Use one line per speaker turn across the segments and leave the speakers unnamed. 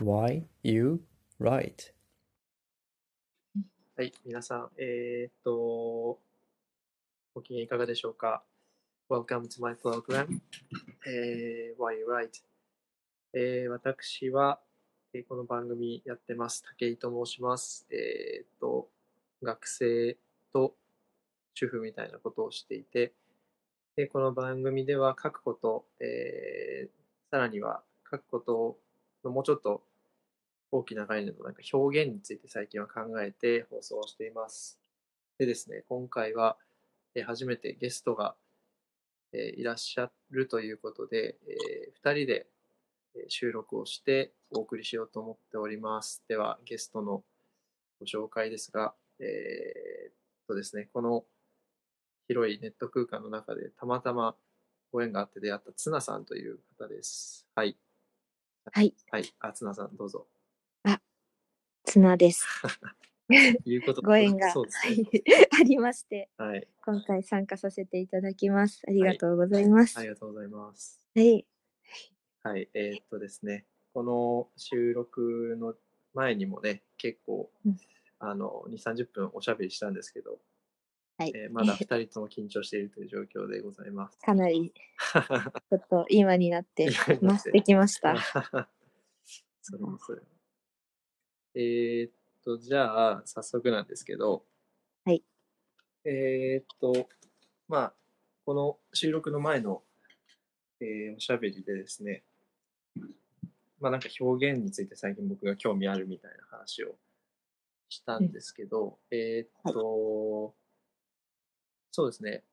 Why you right?
はい、皆さん、えーっと、ご機嫌いかがでしょうか ?Welcome to my program、えー、Why You Right、えー私は、えーこの番組やってます。武井と申します。えーっと、学生と主婦みたいなことをしていて、でこの番組では書くこと、えーさらには書くことのもうちょっと大きな概念のなんか表現について最近は考えて放送をしています。でですね、今回は、えー初めてゲストが、えーいらっしゃるということで、え2人でえー収録をしてお送りしようと思っております。では、ゲストのご紹介ですが、えーっとですね、この広いネット空間の中でたまたまご縁があって出会ったツナさんという方です。はい。
はい、
はい。あ、ツナさん、どうぞ。
綱です。
いうこと
ご縁が、
そうですね。
ありまして、
はい。
今回参加させていただきます。ありがとうございます。
あ
は
り
い、
がとうございます。
はい、
はい。えーっとですね、この収録の前にもね、結構
うん、
あの、2、30分おしゃべりしたんですけど、
はい
えーまだ2人とも緊張しているという状況でございます。
かな り、ちょっと今になって
今にな
ま
って
す。できました。
それもそれも。えーっと、じゃあ、早速なんですけど、
はい。
えーっと、まあ、この収録の前の、えーおしゃべりでですね、まあなんか表現について最近僕が興味あるみたいな話をしたんですけど、えーっと、そうですね、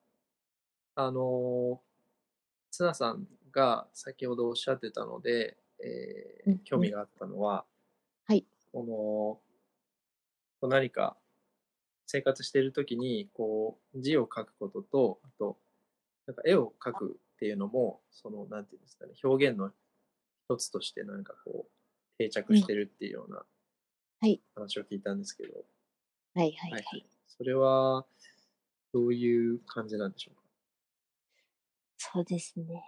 あのー、ツナさんが先ほどおっしゃってたので、えー
うんうん
興味があったのは、
はい
このこう何か生活している時にこう字を書くこととあとなんか絵を描くっていうのもそのなんていうんですかね表現の一つとしてなんかこう定着してるっていうような
はい
話を聞いたんですけど、
はい、はい、は。
はいいそれはどういう感じなんでしょうか
そうですね。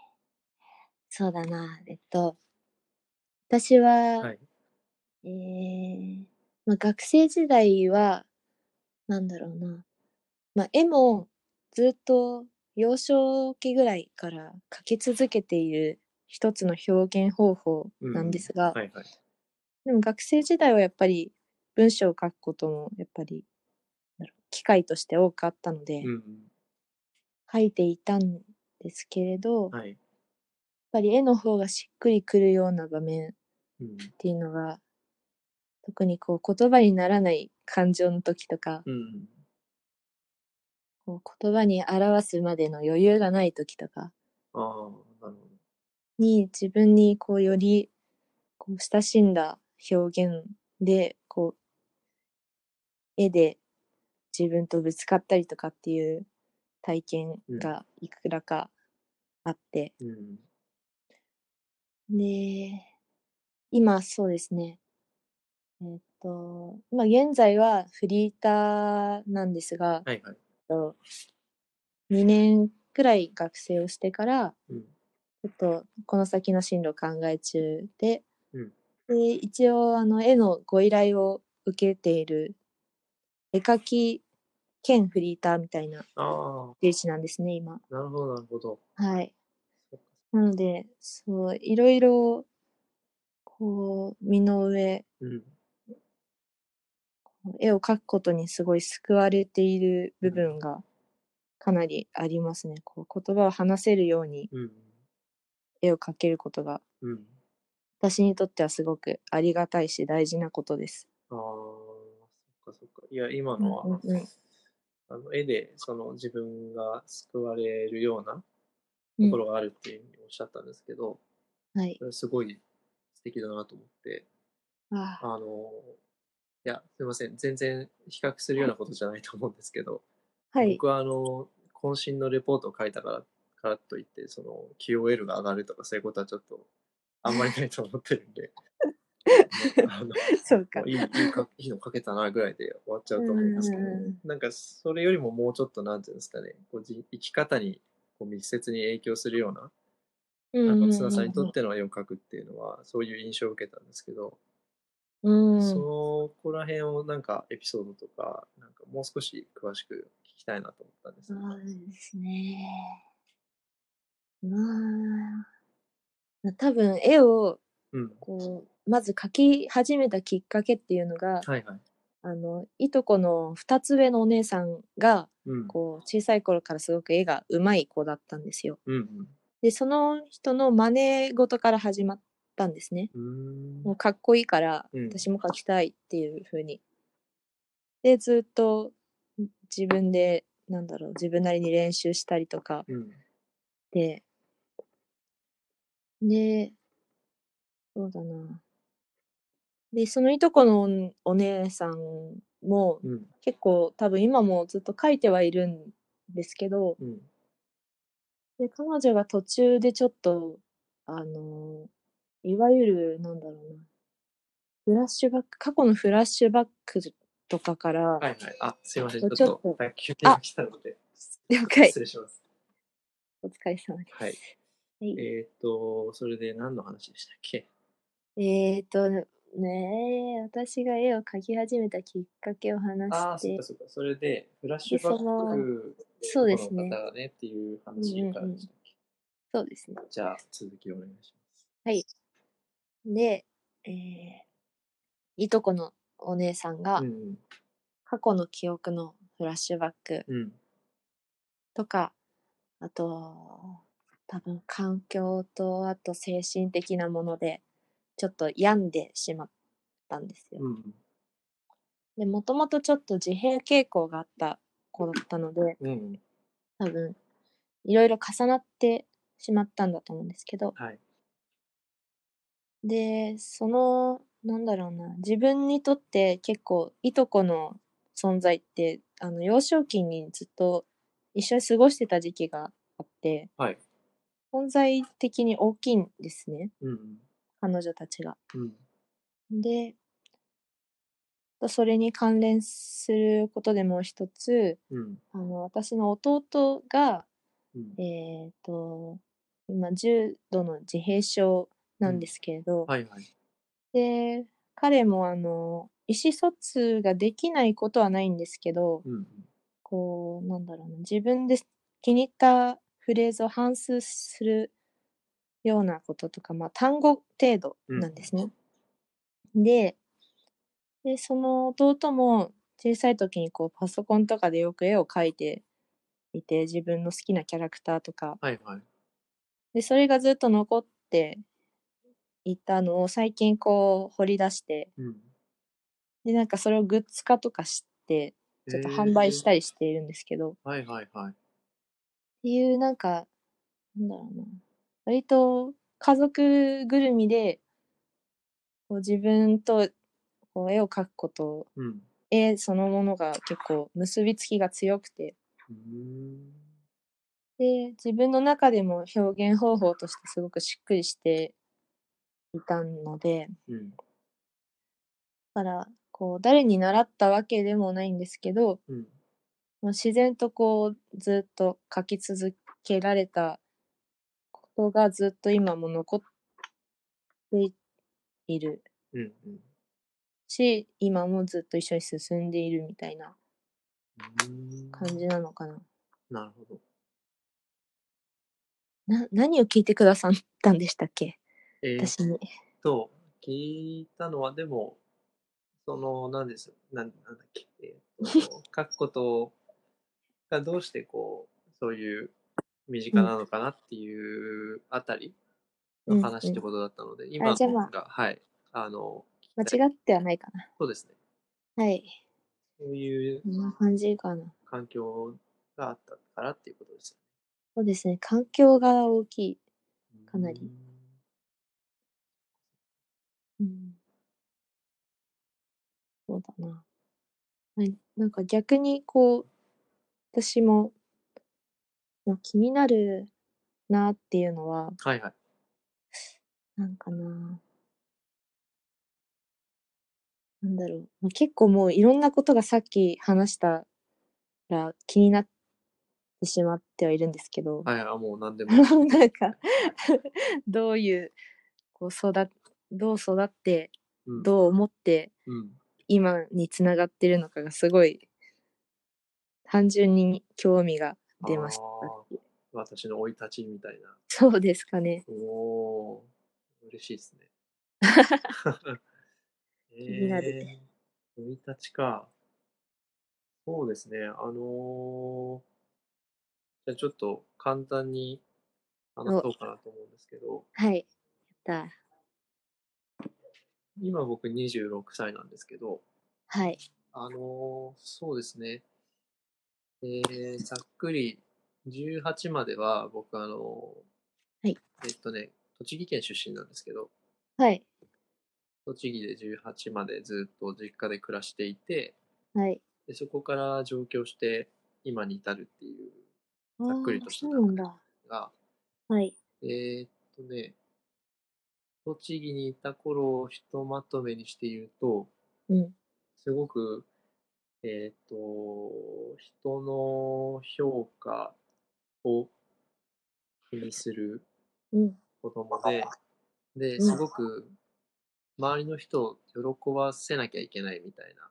そうだな。えっと、私は、
はい
えーまあ、学生時代は、なんだろうな。まあ、絵もずっと幼少期ぐらいから描き続けている一つの表現方法なんですが、
はいはい
でも学生時代はやっぱり文章を書くこともやっぱりなんだろう機会として多くあったので、
うん
書いていたんですけれど、
うんはい
やっぱり絵の方がしっくりくるような場面っ
うん
ていうのが特にこう言葉にならない感情の時とか
うん
こう言葉に表すまでの余裕がない時とか
ああなるほ
に自分にこうよりこう親しんだ表現でこう絵で自分とぶつかったりとかっていう体験がいくらかあって、
どうん
で、今そうですね。えーっと、今現在はフリーターなんですが、
はいはい
えっと2年くらい学生をしてから、
うん
ちょっとこの先の進路を考え中で、
うん
で一応あの絵のご依頼を受けている絵描き兼フリーターみたいな
あ
立ち位置なんですね、今。
あなるほどなるほど
はい。
そっか
なので、そう、いろいろ、こう、身の上、
うん
絵を描くことにすごい救われている部分がかなりありますね。こう言葉を話せるように
うん
絵を描けることが、
うん
私にとってはすごくありがたいし大事なことです。
ああそっかそっかいや今のは、
うんうん
あの絵でその自分が救われるような
う
と
ん
ころがあるっていうふうにおっしゃったんですけど、
はい
そ。れすごい素敵だなと思って
あ
あ
あ
のいやすいません全然比較するようなことじゃないと思うんですけど、
はい。
僕はあの渾身のレポートを書いたからからといってその QOL が上がるとかそういうことはちょっとあんまりないと思ってるん であの
そうか
もう。いいいいかいいのかけたなぐらいで終わっちゃうと思うんですけど、
うんうんうん
なんかそれよりももうちょっとなんていうんですかねこうじ生き方にこう密接に影響するような
う
なん
う
か
ん
津田さんにと
う
っての絵を描くっていうのはそういう印象を受けたんですけど
うん。
そこら辺をなんかエピソードとか、なんかもう少し詳しく聞きたいなと思ったんです
そ
けど。
うですね。まあ、多分絵を
うん。
こうまず描き始めたきっかけっていうの
は
が、
いはい。
あのいとこの2つ上のお姉さんが
うん。
こう小さい頃からすごく絵がうまい子だったんですよ。
うん
でその人の真似事から始まったんですね。
うん。うー
も
ん
うかっこいいから
うん
私も描きたいっていう風に。でずっと自分でなんだろう自分なりに練習したりとか
うん。
で、で、そうだな。で、そのいとこのお姉さんも
うん。
結構多分今もずっと書いてはいるんですけど、
うん。
で彼女が途中でちょっと、あの、いわゆる、なんだろうな、フラッシュバック、過去のフラッシュバックとかから、
はいはい。あ、すいません。ちょ
ちょ
っ
ちょ
と
っ、と
はい休憩が来たので、
了解
失、礼します。
お疲れ様です。
はい。
はい
えーっと、それで何の話でしたっけ
えーとね私が絵を描き始めたきっかけを
ああ、
話し
そってかそっか。それで、フラッシュバ
でそ
ッ
の
ク
そうですね
この方がねっていう話からでしたっけ、
そうですね
じゃあ、続きお願いし
で、えーいとこのお姉さん
ま
が
す。うん
過去の記憶のフラッシュバック
うん。うん。
とかあと多分環境とあと精神的なものでちょっと病んでしまったんですよ
う。ん。
でもともとちょっと自閉傾向があった子だったので
うん。
多分いろいろ重なってしまったんだと思うんですけど
はい。
でそのなんだろうな自分にとって結構いとこの存在ってあの幼少期にずっと一緒に過ごしてた時期があって
はい。
存在的に大きいんですね
うん。
彼女たちが。
うん。
でそれに関連することでもう一つ
うん。
あの私の弟が
うん。
えー、と今重度の自閉症なんですけれど、
はいはい。
で彼もあの意思疎通ができないことはないんですけど
うん。
こうなんだろうな自分で気に入ったフレーズを反数するようなこととか、まあ、単語程度なんですね。ででその弟も小さい時にこうパソコンとかでよく絵を描いていて自分の好きなキャラクターとか
はいはい。
でそれがずっと残っていたのを最近こう掘り出して
うん。
でなんかそれをグッズ化とかしてちょっと販売したりしているんですけど、っ
えー。はいはいはい。
ていうなんかなんだろうな割と家族ぐるみでこう自分とこう絵を描くこと
うん。
絵そのものが結構結びつきが強くて
うーん。
で自分の中でも表現方法としてすごくしっくりしていたので。
うん。
だからこう誰に習ったわけでもないんですけど
うん。
まあ自然とこうずっと書き続けられたことがずっと今も残っている
うん。うん。
し今もずっと一緒に進んでいるみたいな
うん
感じなのかな。
なるほど。
な何を聞いてくださったんでしたっけ
えー、
私に。
と、聞いたのは、でも、その、なんです、なんなんだっ け、えーと書くことがどうして、こう、そういう身近なのかなっていうあたりの話ってことだったので、今
じゃあま
のが、はい、あの、
間違ってはないか
そうですね、
な。はい。
そういう
こんな感じかな。
環境があったからっていうことです
そうですね。環境が大きい。
よね。
かなり
うん。
うんそうだな。はい、なんか逆にこう、私もまあ気になるなっていうのは、
はいはい。
なんかな。なんだろう。まあ結構もういろんなことがさっき話したら気になってしまってはいるんですけど、
はいはい、もう何でも。
なんか、どういう、こう育っ、どう育って
うん
どう思って
うん
今につながってるのかがすごい単純に興味が出ました
あー私の生い立ちみたいな。
そうですかね
おおー、嬉しいです ね。え
になる
ー、生い立ちか。そうですね、あのーじゃあちょっと簡単に話そうかなと思うんですけど、
はいやった
今僕26歳なんですけど、
はい
あのーそうですね、えー、ざっくり18までは僕あのー
はい
えっとね、栃木県出身なんですけど、
はい
栃木で18までずっと実家で暮らしていて
はい
でそこから上京して今に至るっていうざ
あ
っくり
ー
とした
そうなんだ
のが
はい
えーっとね栃木にいた頃をひとまとめにして言うと
うん
すごくえーっと人の評価を気にする
うん
子供でで
うん
すごく周りの人を喜ばせなきゃいけないみたいな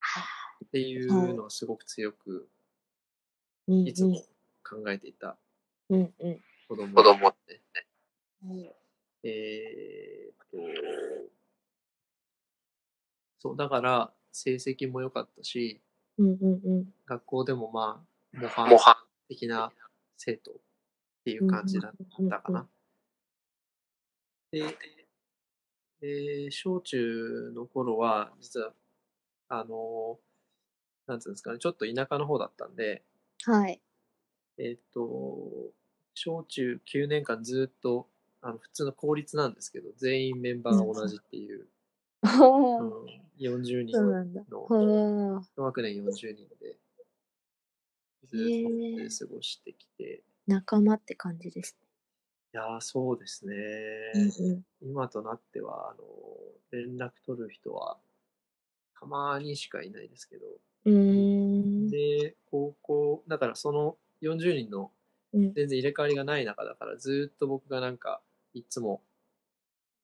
は
っていうのはすごく強く
うん
いつも考えていた
うんうん
子供子供って、
うん
えーっとそうだから成績も良かったし
うんうん
学校でもまあ模範的な生徒っていう感じだったかな。で、で小中の頃は実はあのなんていうんですかねちょっと田舎の方だったんで、
うんはい
えっと、小中9年間ずっと、あの、普通の公立なんですけど、全員メンバーが同じっていう、
お
う
ー
ん、40人
そうなんだ
の、
はあ
一学年40人で、ず
へえ
っと過ごしてきて、
仲間って感じです
いやー、そうですね。
ねうん
今となっては、あの、連絡取る人は、たまにしかいないですけど、
うんうーん
で、高校、だからその40人の
うん
全然入れ替わりがない中だからずーっと僕がなんかいつも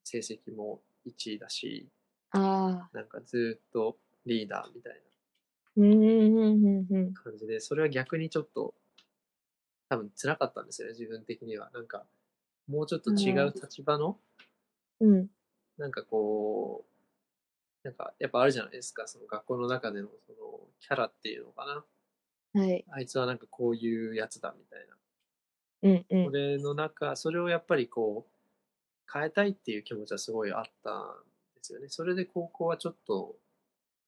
成績も1位だし
ああ
なんかずーっとリーダーみたい
うんうんうんうんうん
な感じでそれは逆にちょっと多分辛かったんですよね自分的にはなんかもうちょっと違う立場の
うん
なんかこうなんかやっぱあるじゃないですかその学校の中でのそのキャラっていうのかな
はい。
あいつはなんかこういうやつだみたいな
うんう
そ。れの中、それをやっぱりこう、変えたいっていう気持ちはすごいあったんですよね。それで高校はちょっと、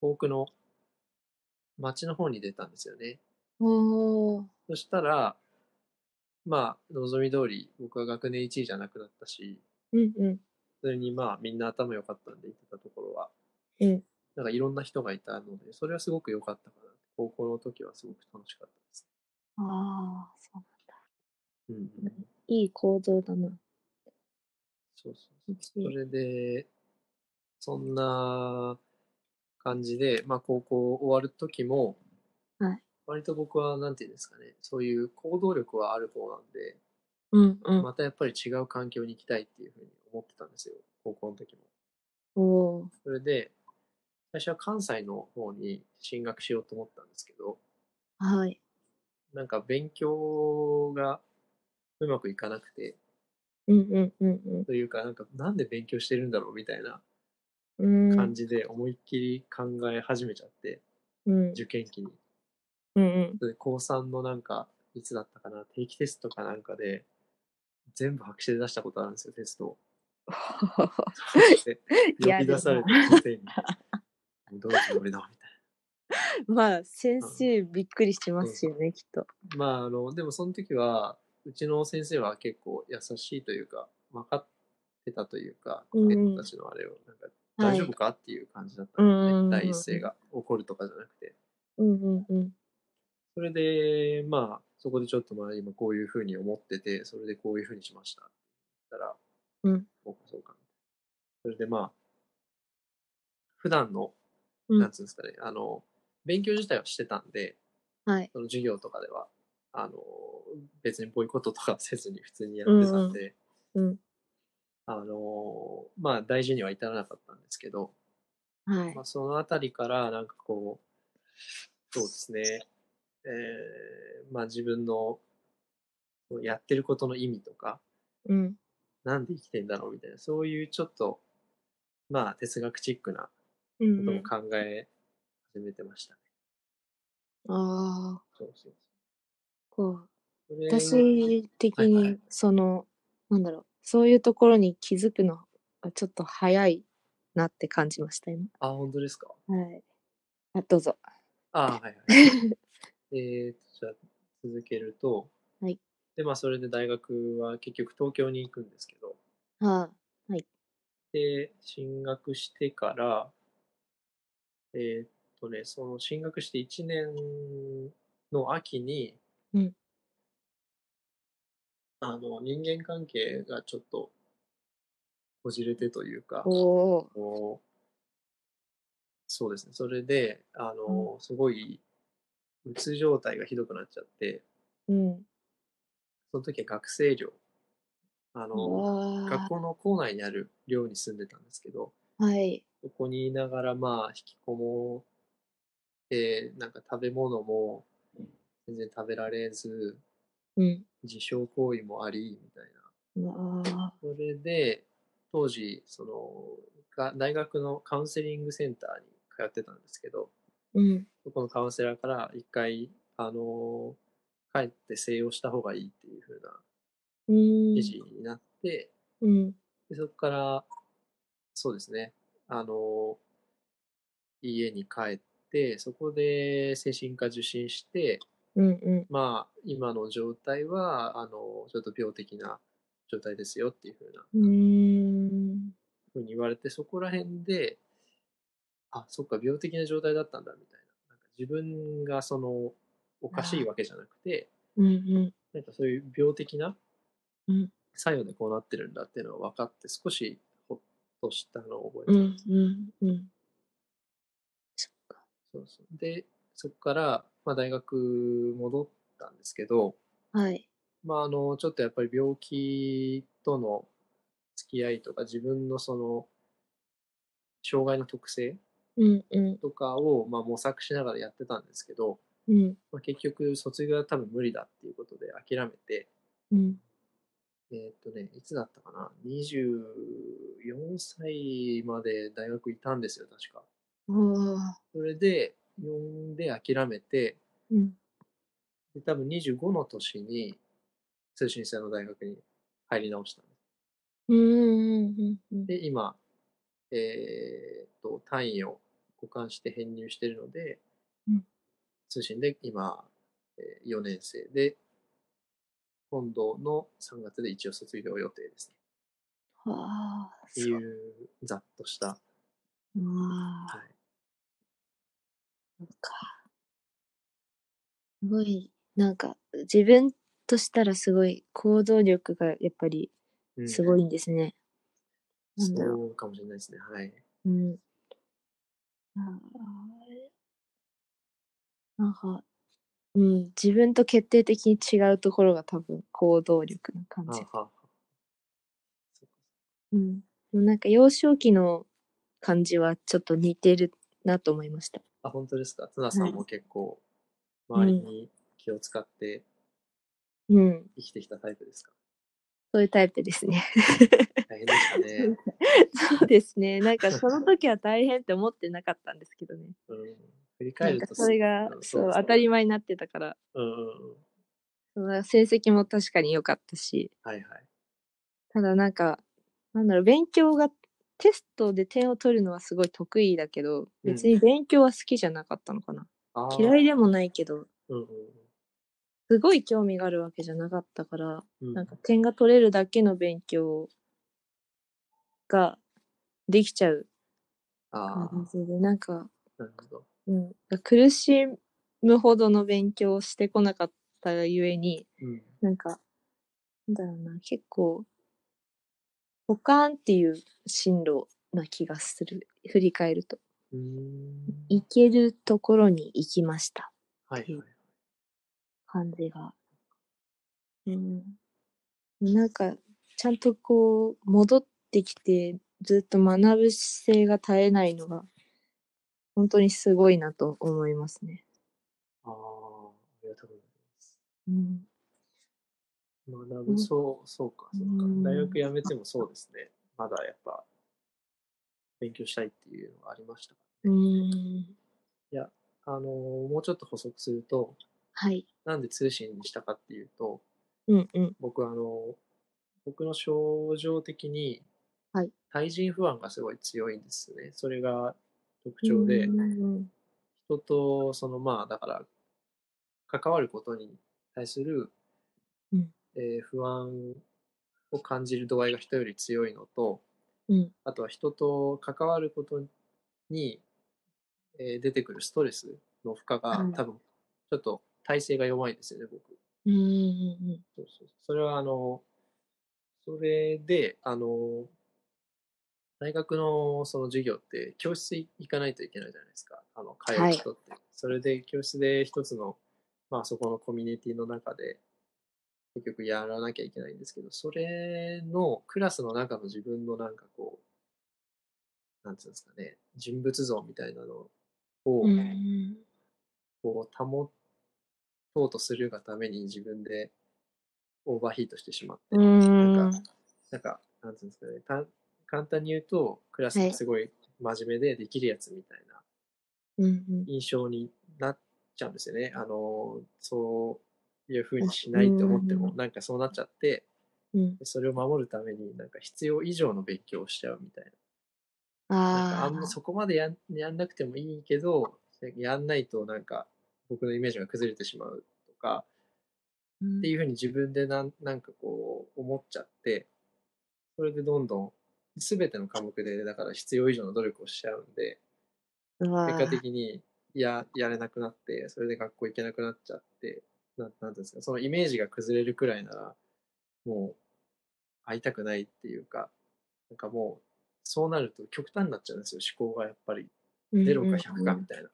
遠くの町の方に出たんですよね。
おお。
そしたら、まあ、望み通り、僕は学年1位じゃなくなったし、
うんうん。
それにまあ、みんな頭良かったんで行ってたところは、
うん
なんかいろんな人がいたので、それはすごく良かったかな。高校の時はすごく楽しかったです。
ああ、そ
う
う。
んうん、
いい行動だな。
そうそう。
う
そ
ち
れで、そんな感じで、まあ、高校終わる時も、
はい
割と僕は、なんていうんですかね、そういう行動力はある方なんで、
うんうん。
またやっぱり違う環境に行きたいっていうふうに思ってたんですよ、高校の時も。
おお
それで、最初は関西の方に進学しようと思ったんですけど、
ー。はい。
なんか勉強がうまくいかなくて、
うんうんうん
というか、なんかなんで勉強してるんだろうみたいな
うん。
感じで思いっきり考え始めちゃって、
うん。
受験期に。
うんうん。
で高3のなんか、いつだったかな、定期テストかなんかで、全部白紙で出したことあるんですよ、テス トを。で呼び出されて、先生に。 もうどうして俺だみたい
まあ、先生びっくりしてますよね、きっと。
な。まあ、あの、でもその時は、うちの先生は結構優しいというか、分かってたというか、
うん
生徒たちのあれを、なんか、
は
大
い
丈夫かっていう感じだったの
うん
で、第一声が怒るとかじゃなくて。
うんうんうん。
それで、まあ、そこでちょっとまあ今こういうふうに思ってて、それでこういうふうにしました。たら、
うん
そうかそうか。それでまあ、普段の、
うん
なんつうんですかね、あの、勉強自体はしてたんで、
はい。
その授業とかでは、あの、別にボイコットとかはせずに普通にやってたんで、
うんうんうん
あの、まあ大事には至らなかったんですけど、
はい
まあ、。そのあたりから、なんかこう、そうですね、えーまあ自分のやってることの意味とか、
うん。
なんで生きてんだろうみたいな、そういうちょっと、まあ哲学チックな
う
こ
ん
と
う
も
ん。
考え始めてましたね。
ああ、
そうそう
こう。
それ
私的
はいは
に
い、
その、なんだろう、そういうところに気づくのがちょっと早いなって感じました、今。
あ、本当ですか
はい。あ、どうぞ。
あはいはい。えーと、じゃあ続けると、
はい
で、まあそれで大学は結局東京に行くんですけど、
は あ、
で、進学してから、えーっとね、その進学して1年の秋に、
うん
あの、人間関係がちょっとこじれてというか、
おお、
こうそうですね、それで、あの、すごい、うつ状態がひどくなっちゃって、
うん。
その時は学生寮、あの、学
わ
校の校内にある寮に住んでたんですけど、
あ、はい。
ここにいながら、まあ、引きこもって、なんか食べ物も全然食べられず、
うん。
自傷行為もあり、みたいな。
わあ、
それで、当時、その、が大学のカウンセリングセンターに通ってたんですけど、
うん。
そこのカウンセラーから一回、あの、帰って静養した方がいいっていう風な
う
記
ん。
事になって、
うん。
でそこから、そうですね、あの、家に帰って、そこで精神科受診して、
うん。うん。
まあ、今の状態は、あの、ちょっと病的な状態ですよっていうふうな、
うん。
ふうに言われて、そこら辺で、あ、そっか、病的な状態だったんだ、みたいな。なんか自分が、その、おかしいわけじゃなくて、
うん。うん。
なんかそういう病的な
うん
作用でこうなってるんだっていうのが分かって、少しほっとしたのを覚えて
う
ます。
ん。うん。うん。そっか。
そうそうで、そこから、まあ、大学戻ったんですけど、
はい。
まあ、あの、ちょっとやっぱり病気との付き合いとか、自分のその、障害の特性
うん。うん。
とかを、まあ、模索しながらやってたんですけど、
うん。
まあ、結局、卒業は多分無理だっていうことで諦めて、
うん。
えーっとね、いつだったかな、24歳まで大学いたんですよ、確か。
おー
それで、4で諦めて、
うん。
で、多分25の年に通信制の大学に入り直したんです。
うん。うん。うん。
で、今、えーっと、単位を互換して編入してるので、
うん
通信で今、え4年生で、今度の3月で一応卒業予定ですね。
わあ、
って
そう
いう、ざっとした。
ああ、
はい。
なんか、すごい、なんか、自分としたらすごい行動力がやっぱり
うん
すごいんですね。なんだろ
そうかもしれないですね。はい。
う。うん。ああなんか、うん、自分と決定的に違うところが多分行動力な感
あ
じ
は。あはあそっか
うん。でもなんか幼少期の感じはちょっと似てるなと思いました。
あ、本当ですか。ツナさん
は
も結構、
ん
周りに気を使って
うん。
生きてきたタイプですか、
そういうタイプですね。
大変でしたね。
そうですね。なんかその時は大変って思ってなかったんですけどね。
うん、振り
な
返
ん
る
か
と
それが
ん
そう
ですね
当たり前になってたから、
うんうんうん。
その成績も確かに良かったし、
はいはい。
ただなんか、なんだろう、勉強が、テストで点を取るのはすごい得意だけど、別に勉強は好きじゃなかったのかな。
あー
嫌いでもないけど、
うんうん
すごい興味があるわけじゃなかったから、
うん。
なんか点が取れるだけの勉強ができちゃう
ああ、
感じで、なんか、
なるほど。
うん、苦しむほどの勉強をしてこなかったがゆえに、
うん。
なんか、なんだろうな、結構、ポカーンっていう進路な気がする。振り返ると。
うーん。
行けるところに行きました。
はい
ってい
は
う
い。
感じが。うん。なんか、ちゃんとこう、戻ってきて、ずっと学ぶ姿勢が絶えないのが、本当にすごいなと思いますね。
ああ、ありがとうございます。
うん、
学
う
ぶ、
ん
そう、そうか、そうか
う。ん
大学辞めてもそうですね。まだやっぱ、勉強したいっていうのはありました。
うん、
あのーもうちょっと補足すると、
はい。
なんで通信にしたかっていうと、
うんうん。
僕、あのー僕の症状的に
はい、
対人不安がすごい強いんですね。それが特徴で、
うん
人と、そのまあ、だから、関わることに対する、
うん
えー不安を感じる度合いが人より強いのと、
うん
あとは人と関わることに、えー出てくるストレスの負荷が、
はい
多分、ちょっと体勢が弱いんですよね、僕。
うんうん
そうそうそれは、あの、それで、あの、大学のその授業って教室行かないといけないじゃないですか。あの、通う人って。それで教室で一つの、まあそこのコミュニティの中で結局やらなきゃいけないんですけど、それのクラスの中の自分のなんかこう、なんていうんですかね、人物像みたいなのを
うんうん
こう保とうとするがために自分でオーバーヒートしてしまって、
うん
なんか、なんか、なんていうんですかね、た簡単に言うと、クラスがすごい真面目でできるやつみたいな
うんうん
印象になっちゃうんですよね。あの、そういうふうにしないと思っても、
う
なんかそうなっちゃって、
うん
それを守るために、なんか必要以上の勉強をしちゃうみたいな。なんかあ
あ
んま
あ、
そこまでやんやんなくてもいいけど、やんないとなんか僕のイメージが崩れてしまうとか、っていうふうに自分でなんなんかこう思っちゃって、それでどんどん全ての科目で、だから必要以上の努力をしちゃうんで、
うわ
結
ー
果的にややれなくなって、それで学校行けなくなっちゃって、なんなんていうんですか、そのイメージが崩れるくらいなら、もう会いたくないっていうか、なんかもう、そうなると極端になっちゃうんですよ、思考がやっぱり。0か100かみたいな。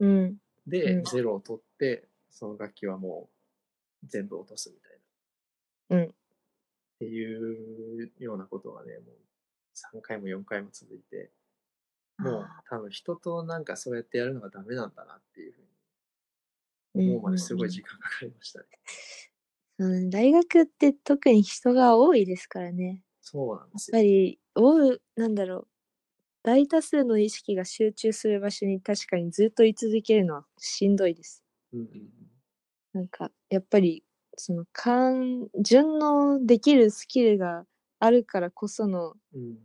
うん
で、
うん
0を取って、その楽器はもう全部落とすみたいな。
うん
っていうようなことがね、もう3回も4回も続いて、もう多分人となんかそうやってやるのがダメなんだなっていうふう
うん
に
うん
思うまですごい時間かかりましたね。
うん大学って特に人が多いですからね。
そうなんです
や
よ
っぱ。り、多い、なんだろう。大多数の意識が集中する場所に確かにずっと居続けるのはしんどいです。
うんうんうん
なんか、やっぱり、その、感、順のできるスキルがあるからこその、
うん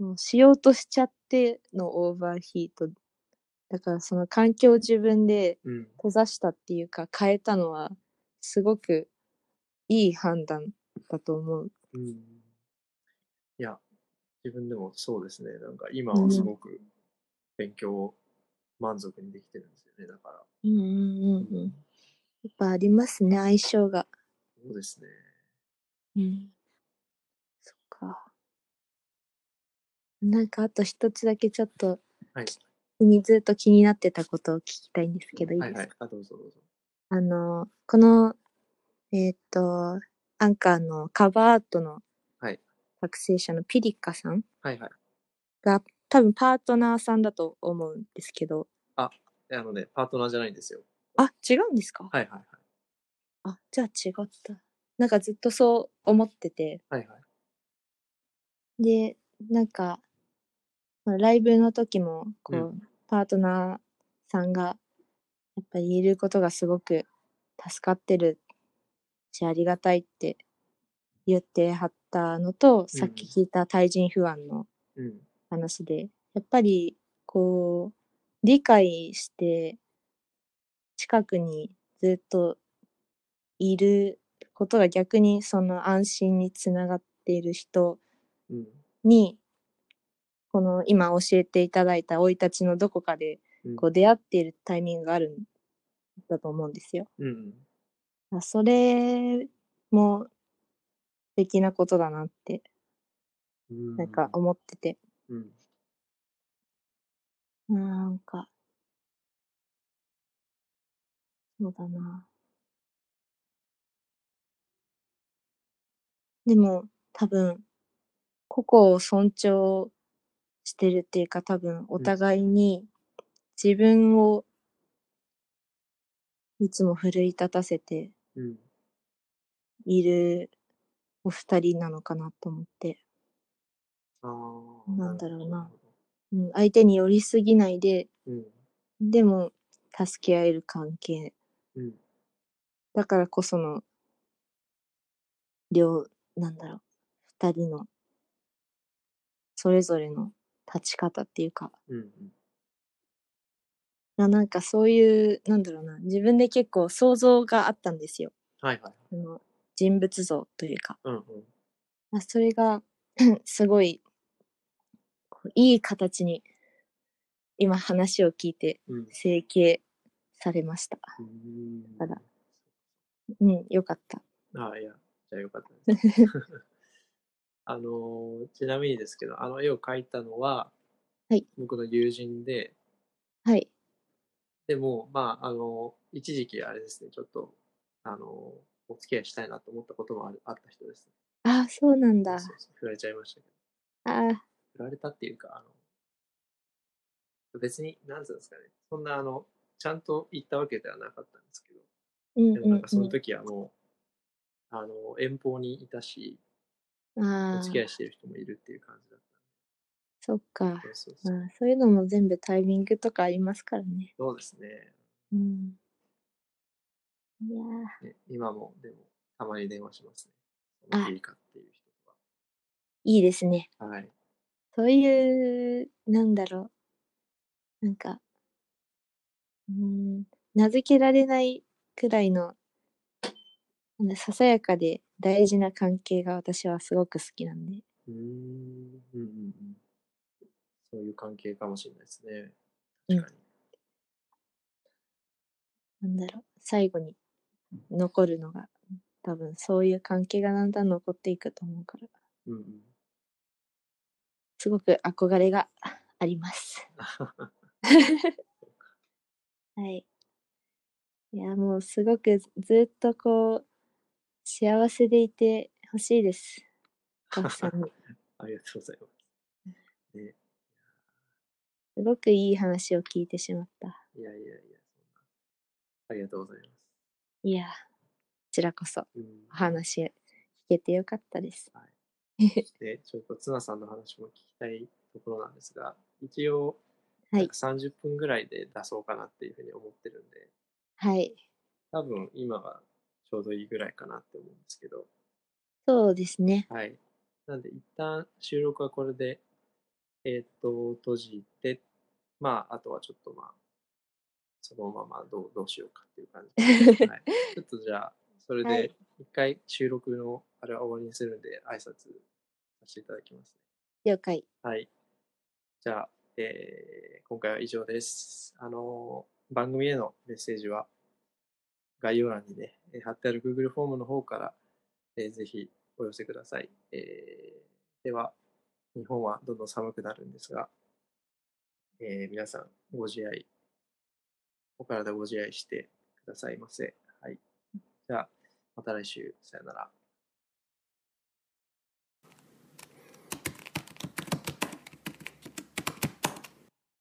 もうしようとしちゃってのオーバーヒート。だからその環境を自分で
うん
閉ざしたっていうか変えたのはすごくいい判断だと思う。
うんいや、自分でもそうですね。なんか今はすごく勉強を満足にできてるんですよね。だから。
うんうんうんうん。やっぱありますね、相性が。
そうですね。
うん。そっか。なんかあと一つだけちょっと
はい。
気にずっと気になってたことを聞きたいんですけど、いいで
は
す
い
か、
はい。あ、どうぞどうぞ。
あの、この、えーっと、アンカーのカバーアートの
はい
作成者のピリカさん
はいはい。
が、多分パートナーさんだと思うんですけど、
であのね、パートナーじゃないんですよ。
あ、違うんですか、
はいはい
あ、じゃあ違った。なんかずっとそう思ってて、
はい。はいはい。
で、なんか、ライブの時も、こう、
う
パートナーさんが、やっぱりいることがすごく助かってるし、ありがたいって言ってはったのと、さっき聞いた対人不安の
うん。
話で、やっぱり、こう、理解して、近くにずっといることが逆にその安心につながっている人、
うん。
に、この今教えていただいた生い立ちのどこかで、
うん。
こう出会っているタイミングがあるんだと思うんですよ。
うんうん。
あそれも素敵なことだなって、
うん。
なんか思ってて。
うん。
なんか、そうだな。でも、多分、個々を尊重してるっていうか、多分、お互いに自分をいつも奮い立たせて
うん。
いるお二人なのかなと思って、
ああ。
なんだろうな
るほ
うん、相手に寄りすぎないで、
ど。うん。
でも助け合える関係。
うん。
だからこその、両、なんだろう、二人の、それぞれの立ち方っていうか、
うん。
ななんかそういう、なんだろうな、自分で結構想像があったんですよ。
はいはい。
その人物像というか。
うんうん。
まあそれが、 すごい、こういい形に、今話を聞いて
うん。
整形されました。
うん。
あらうん、よかった。
ああ、いや、じゃあよかったです。 あのー、ちなみにですけど、あの絵を描いたのは、
はい
僕の友人で、
はい。
でも、まあ、あのー、一時期あれですね、ちょっと、あのー、お付き合いしたいなと思ったこともあるあった人ですね。
ああ、そうなんだ。
そうそう振られちゃいましたけど。
ああ、
振られたっていうか、あの、別に、なんつうんですかね、そんな、あの、ちゃんと言ったわけではなかったんですけど、
うん
で
う
もなん
ん
かその
う
時はもう、あの、遠方にいたし、
ん。あ
お
あ
付、き合いしてる人もいるっていう感じだっ
そっか
た。。そうそうそう。
まあ、そういうのも全部タイミングとかありますからね。
そうですね。
うん。いやー
ね今も、でも、たまに電話しますね。
あ
その日いいかっていう人と
いいですね。
は。はい。
そういう、なんだろう。なんか、うん、名付けられないくらいの、なんだささやかで大事な関係が私はすごく好きなんで。
うーん、うんうんうん。そういう関係かもしれないですね。
うん
確かに。
なんだろう、最後に残るのが、多分そういう関係がだんだん残っていくと思うから、
うんうん。
すごく憧れがあります。はい。いや、もうすごくずずっとこう、幸せでいてほしいです。ガフさんに。
ありがとうございます。
すごくいい話を聞いてしまった。
いやいやいや、そんな。ありがとうございます。
いや、こちらこそ
うん、
お話聞けてよかったです。
で、ちょっとツナさんの話も聞きたいところなんですが、一応、
はい
約30分ぐらいで出そうかなっていうふうに思ってるんで、
はい。
多分今がちょうどいいぐらいかなって思うんですけど、
そうですね。
はい。なんで、一旦収録はこれで、えーっと、閉じて、まあ、あとはちょっとまあ、そのままどうどうしようかっていう感じ で、はい、ちょっとじゃあ、それ
は
で
い
一回収録のあれは終わりにするんで、挨拶させていただきます。
了解。
はい。じゃあ、えー今回は以上です。あのー番組へのメッセージは、概要欄にね、えー貼ってある Google フォームの方から、えーぜひお寄せください。えーでは、日本はどんどん寒くなるんですが、えー皆さん、ご自愛、お体ご自愛してくださいませ。はい。じゃあ、また来週、さよなら。